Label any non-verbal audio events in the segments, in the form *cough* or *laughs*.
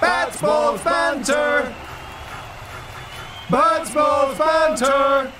Butts Balls Banter. Butts Balls Banter.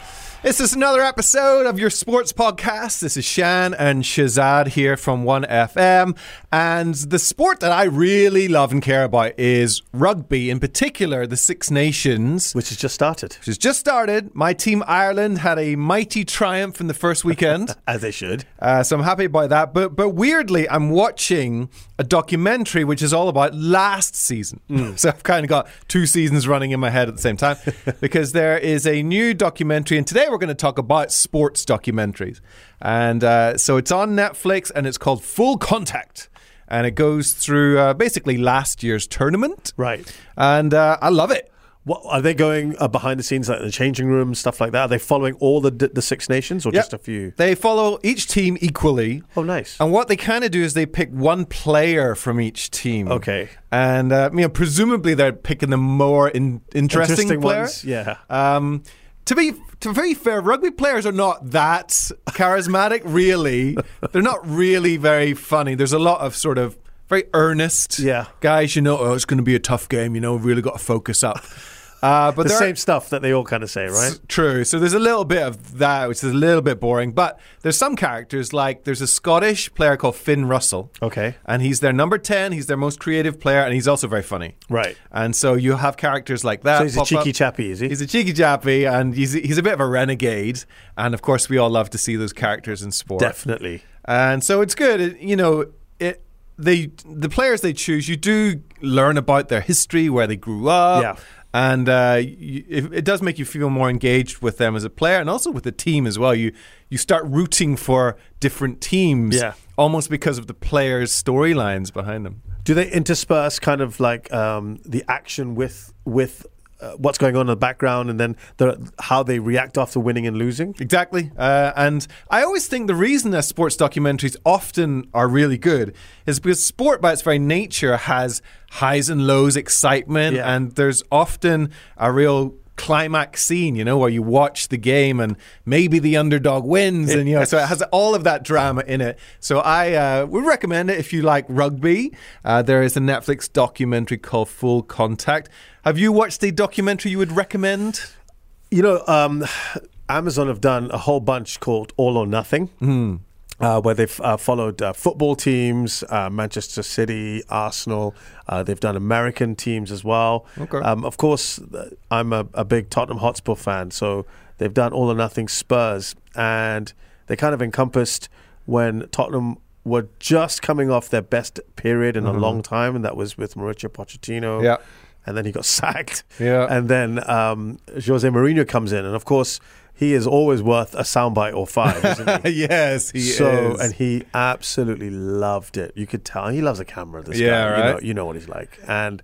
This is another episode of your sports podcast. This is Shan and Shazad here from 1FM. And the sport that I really love and care about is rugby, in particular the Six Nations, which has just started, which has just started. My team Ireland had a mighty triumph in the first weekend. as they should. Uh, so I'm happy about that. But but weirdly, I'm watching a documentary which is all about last season. Hmm. *laughs* So I've kind of got two seasons running in my head at the same *laughs* time because there is a new documentary, and today we're going to talk about sports documentaries. And uh, so it's on Netflix, and it's called Full Contact, and it goes through uh, basically last year's tournament. Right. And uh, I love it. What are they going uh, behind the scenes, like the changing room, stuff like that? Are they following all the the Six Nations or Yep. just a few? They follow each team equally. Oh, nice. And what they kind of do is they pick one player from each team. Okay. And uh, you know, presumably they're picking the more in- interesting, Interesting player. ones, yeah. Um, to be to be fair, rugby players are not *laughs* that charismatic. Really, they're not really very funny. There's a lot of sort of very earnest Yeah. guys. You know, oh, it's going to be a tough game. You know, really got to focus up. Uh, but The there are- same stuff that they all kind of say, right? S- True. So there's a little bit of that, which is a little bit boring. But there's some characters like there's a Scottish player called Finn Russell. Okay. And he's their number ten. He's their most creative player, and he's also very funny. Right. And so you have characters like that. So he's a pop cheeky up. chappy, is he? He's a cheeky chappy, and he's he's a bit of a renegade. And of course, we all love to see those characters in sport. Definitely. And so it's good, It- you know. It they the players they choose, you do learn about their history, where they grew up, Yeah. and uh, you, it, it does make you feel more engaged with them as a player and also with the team as well. You you start rooting for different teams, Yeah. almost because of the players' storylines behind them. Do they intersperse kind of like um, the action with with uh, what's going on in the background, and then the, how they react after winning and losing? Exactly. Uh, and I always think the reason that sports documentaries often are really good is because sport, by its very nature, has highs and lows, excitement, Yeah. and there's often a real climax scene, you know, where you watch the game and maybe the underdog wins, and you know, so it has all of that drama in it. So I uh, would recommend it if you like rugby. Uh, there is a Netflix documentary called Full Contact. Have you watched a documentary you would recommend? You know, um, Amazon have done a whole bunch called All or Nothing, Hmm. uh, where they've uh, followed uh, football teams, uh, Manchester City, Arsenal. Uh, they've done American teams as well. Okay. Um, of course, th- I'm a, a big Tottenham Hotspur fan, so they've done All or Nothing Spurs, and they kind of encompassed when Tottenham were just coming off their best period in a long time, and that was with Mauricio Pochettino. Mm-hmm. Yeah. And then he got *laughs* sacked. Yeah. And then um, Jose Mourinho comes in, and of course, he is always worth a soundbite or five, isn't he? *laughs* yes, *laughs* he so, is. and he absolutely loved it. You could tell he loves a camera. This Yeah, guy, right. you know, you know what he's like, and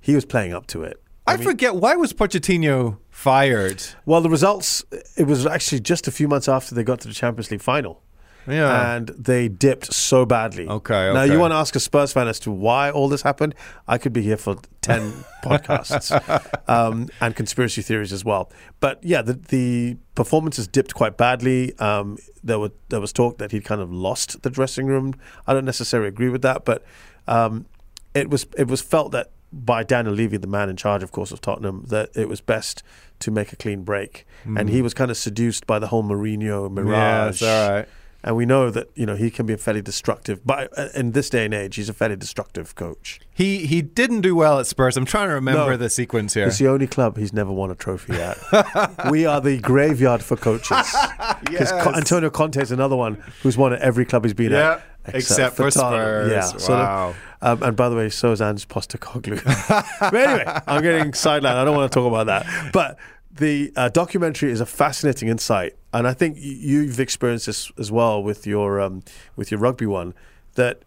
he was playing up to it. I, forget why was Pochettino fired? Well, the results. It was actually just a few months after they got to the Champions League final. Yeah. And they dipped so badly. Okay, Now, okay. you want to ask a Spurs fan as to why all this happened? I could be here for *laughs* 10 podcasts um, and conspiracy theories as well. But yeah, the, the performances dipped quite badly. Um, there, were, there was talk that he'd kind of lost the dressing room. I don't necessarily agree with that, but um, it, was, it was felt that by Daniel Levy, the man in charge, of course, of Tottenham, that it was best to make a clean break. And he was kind of seduced by the whole Mourinho Yes, mirage. Mm. all right. And we know that you know he can be a fairly destructive, but uh, in this day and age, he's a fairly destructive coach. He he didn't do well at Spurs. I'm trying to remember No. the sequence here. It's the only club he's never won a trophy *laughs* at. we are the graveyard for coaches. Because Yes. Antonio Conte is another one who's won at every club he's been Yeah, at, except for Tottenham. Yeah. Spurs. so the- Wow. um, and by the way, so is Ange Postacoglu. *laughs* but anyway, I'm getting sidelined. I don't want to talk about that. But the uh, documentary is a fascinating insight, and I think y- you've experienced this as well with your um, with your rugby one. That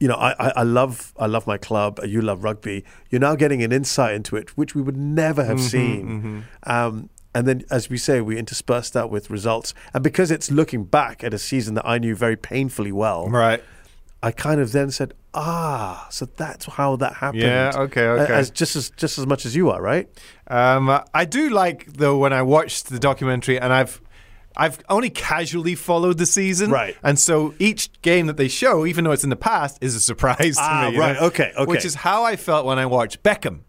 you know, I, I, I love I love my club. You love rugby. You're now getting an insight into it, which we would never have seen. Um, and then, as we say, we intersperse that with results. And because it's looking back at a season that I knew very painfully well, right. I kind of then said, "Ah, so that's how that happened." Yeah, okay, A- okay. As just as just as much as you are, right? Um, I do like though when I watched the documentary, and I've I've only casually followed the season, Right. And so each game that they show, even though it's in the past, is a surprise Ah, to me. you right, know? okay, okay. Which is how I felt when I watched Beckham.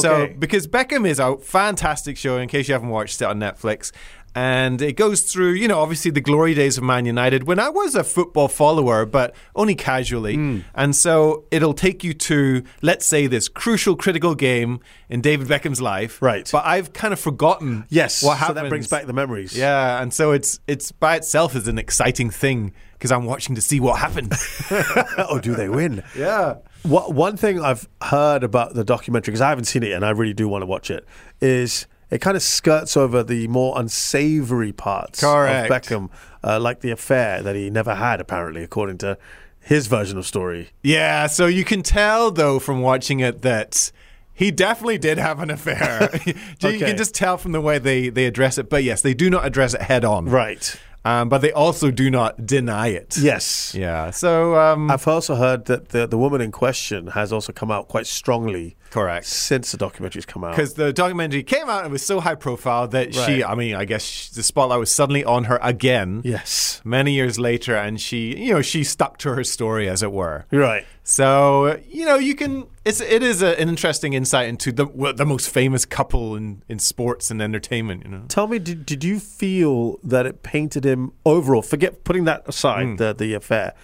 So Okay. because Beckham is a fantastic show. In case you haven't watched it on Netflix. And it goes through, you know, obviously the glory days of Man United when I was a football follower, but only casually. Hmm. And so it'll take you to, let's say, this crucial, critical game in David Beckham's life. Right. But I've kind of forgotten Yes. what so happens. that brings back the memories. *laughs* Yeah, and so it's it's by itself is an exciting thing because I'm watching to see what *laughs* happened. or Oh, do they *laughs* win? yeah. What, one thing I've heard about the documentary, because I haven't seen it and I really do want to watch it, is it kind of skirts over the more unsavory parts Correct. of Beckham, uh, like the affair that he never had, apparently, according to his version of story. Yeah, so you can tell though from watching it that he definitely did have an affair. *laughs* you Okay. can just tell from the way they, they address it. But yes, they do not address it head on. Right. Um, but they also do not deny it. Yes. Yeah. So um, I've also heard that the, the woman in question has also come out quite strongly. Correct. Since the documentary's come out. because the documentary came out and was so high profile that she, Right. I mean, I guess sh the spotlight was suddenly on her again Yes. many years later, and she, you know, she stuck to her story, as it were. You're right. So you know you can it's it is a, an interesting insight into the well, the most famous couple in, in sports and entertainment. You know, Tell me, did, did you feel that it painted him overall? Forget putting that aside, the the affair.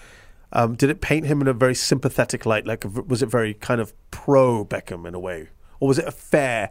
Um, did it paint him in a very sympathetic light? Like, v- was it very kind of pro Beckham in a way, or was it a fair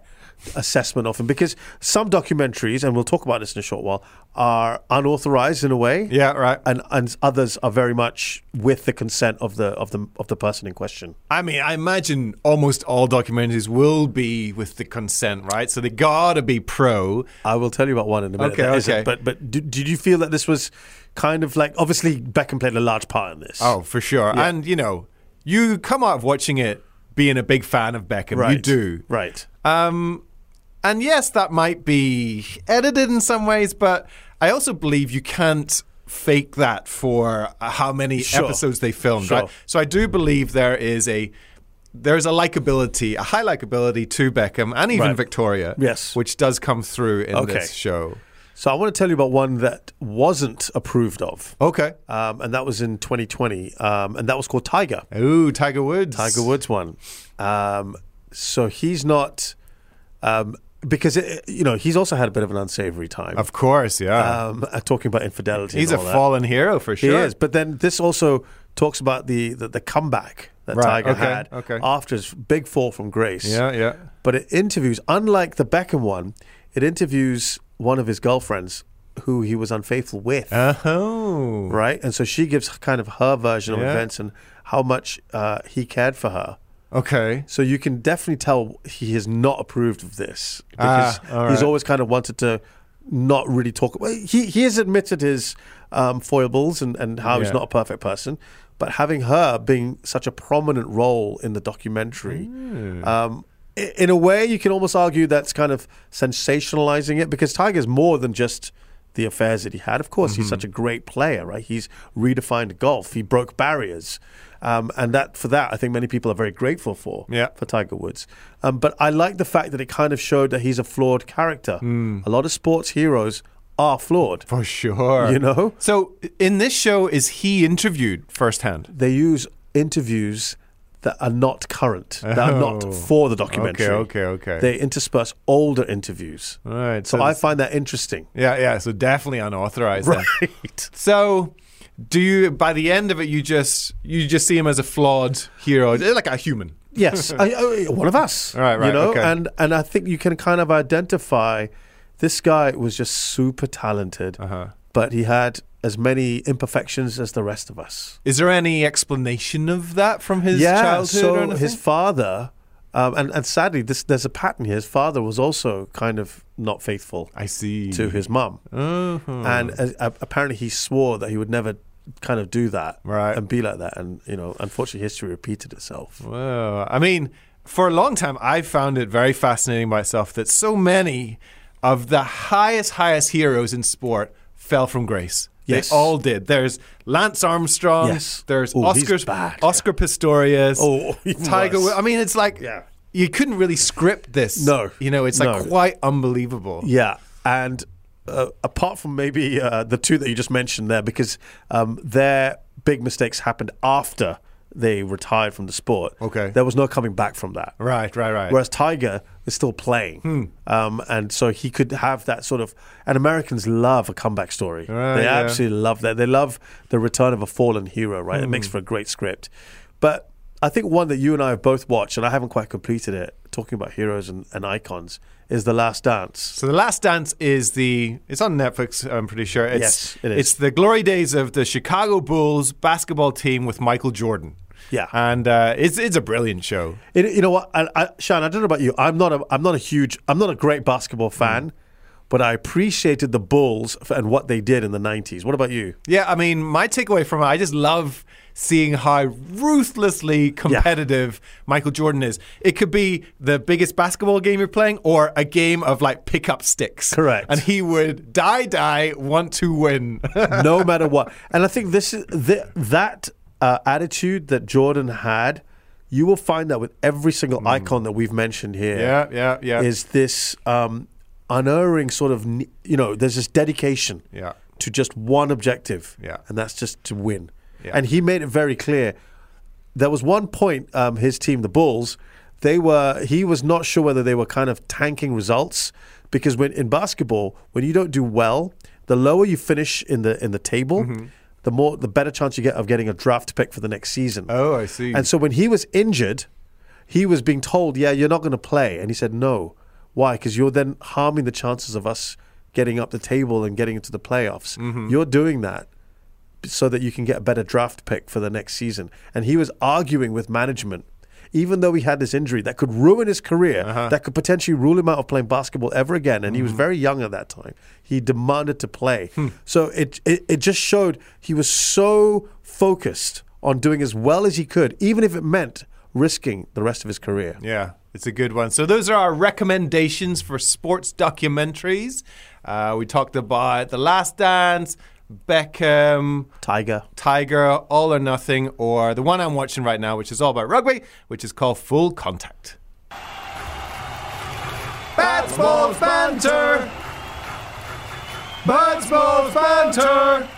assessment of him? Because some documentaries, and we'll talk about this in a short while, are unauthorized in a way, yeah, right. and and others are very much with the consent of the of the of the person in question. I mean, I imagine almost all documentaries will be with the consent, right? So they gotta be pro. I will tell you about one in a minute. Okay, that isn't, okay. But but did, did you feel that this was kind of like obviously Beckham played a large part in this? Oh, for sure. And you know, you come out of watching it being a big fan of Beckham. Right. You do. Right. Um, and yes, that might be edited in some ways, but I also believe you can't fake that for uh, how many Sure. episodes they filmed. Sure. Right? So I do believe there is a there is a likability, a high likability to Beckham and even Right. Victoria. Yes. which does come through in Okay. this show. So I want to tell you about one that wasn't approved of, Okay. um, and that was in 2020, um, and that was called Tiger, Ooh, Tiger Woods. Tiger Woods one. Um, so he's not um, because it, you know he's also had a bit of an unsavory time. Of course, yeah. Um, uh, talking about infidelity, He's a and all that. fallen hero for sure. He is, but then this also talks about the the, the comeback that Right, Tiger okay, had okay. after his big fall from grace. Yeah, yeah. But it interviews, unlike the Beckham one, it interviews one of his girlfriends who he was unfaithful with. Oh. right? And so she gives kind of her version of Yeah. events and how much uh, he cared for her. Okay. So you can definitely tell he has not approved of this because Ah, all he's right. always kind of wanted to not really talk. well, He he has admitted his um, foibles and and how he's Yeah. not a perfect person, but having her being such a prominent role in the documentary. Um, i- in a way, you can almost argue that's kind of sensationalizing it because Tiger's more than just the affairs that he had. Of course, he's such a great player, right? He's redefined golf. He broke barriers, um, and that for that, I think many people are very grateful for Yeah. for Tiger Woods. Um, but I like the fact that it kind of showed that he's a flawed character. A lot of sports heroes are flawed. For sure. You know? So in this show, is he interviewed firsthand? They use interviews that are not current, that are Oh. not for the documentary. Okay, okay, okay. They intersperse older interviews. All right. So I find that interesting. Yeah, yeah. So definitely unauthorized. then. Right. So do you? By the end of it, you just you just see him as a flawed hero, like a human. *laughs* yes, I, I, one of us. All right, You right, know, okay. and and I think you can kind of identify this guy was just super talented, Uh-huh. but he had as many imperfections as the rest of us. Is there any explanation of that from his childhood so or anything? his father, um, and and sadly, this there's a pattern here. His father was also kind of not faithful I see. to his mum, Uh-huh. and as, uh, apparently he swore that he would never kind of do that Right. and be like that. And you know, unfortunately, history repeated itself. Wow. I mean, for a long time, I found it very fascinating myself that so many of the highest, highest heroes in sport fell from grace. Yes. They all did. There's Lance Armstrong. Yes. There's Ooh, he's Oscar, bad. Oscar Pistorius. Oh, *laughs* even Tiger. worse. Wo- I mean, it's like Yeah. you couldn't really script this. No. You know, it's like No. quite unbelievable. Yeah, and uh, apart from maybe uh, the two that you just mentioned there, because um, their big mistakes happened after they retired from the sport. Okay. There was no coming back from that. Right, right, right. Hmm. Whereas Tiger is still playing. Um, and so he could have that sort of. And Americans love a comeback story. Right, they Ah, yeah. absolutely love that. They love the return of a fallen hero, right? It Hmm. makes for a great script. But I think one that you and I have both watched, and I haven't quite completed it, talking about heroes and, and icons, is The Last Dance. So the Last Dance is the it's on Netflix. I'm pretty sure. It's, Yes, it is. It's the glory days of the Chicago Bulls basketball team with Michael Jordan. Yeah. and uh, it's it's a brilliant show. It, you know what, I, I, Sean? I don't know about you. I'm not a I'm not a huge I'm not a great basketball fan, Hmm. but I appreciated the Bulls f- and what they did in the '90s. What about you? Yeah, I mean, my takeaway from it, I just love seeing how ruthlessly competitive Michael Jordan is. It could be the biggest basketball game you're playing or a game of like pick up sticks. Correct. And he would die, die, want to win. *laughs* no matter what. And I think this is th- that uh, attitude that Jordan had. You will find that with every single icon that we've mentioned here. Yeah, yeah, yeah. Is this um, unerring sort of ne- you know? There's this dedication. Yeah. To just one objective. Yeah. And that's just to win. Yeah. And he made it very clear. There was one point um, his team, the Bulls, they were. He was not sure whether they were kind of tanking results because when in basketball, when you don't do well, the lower you finish in the in the table, Mm-hmm. the more the better chance you get of getting a draft pick for the next season. Oh, I see. And so when he was injured, he was being told, "Yeah, you're not going to play," and he said, "No, why? Because you're then harming the chances of us getting up the table and getting into the playoffs. You're doing that so that you can get a better draft pick for the next season." And he was arguing with management. Even though he had this injury that could ruin his career, that could potentially rule him out of playing basketball ever again, and he was very young at that time, he demanded to play. So it, it it just showed he was so focused on doing as well as he could, even if it meant risking the rest of his career. Yeah, it's a good one. So those are our recommendations for sports documentaries. Uh, we talked about The Last Dance, Beckham, Tiger. Tiger, All or Nothing, or the one I'm watching right now, which is all about rugby, which is called Full Contact. Bats Balls Banter! Bats Balls Banter!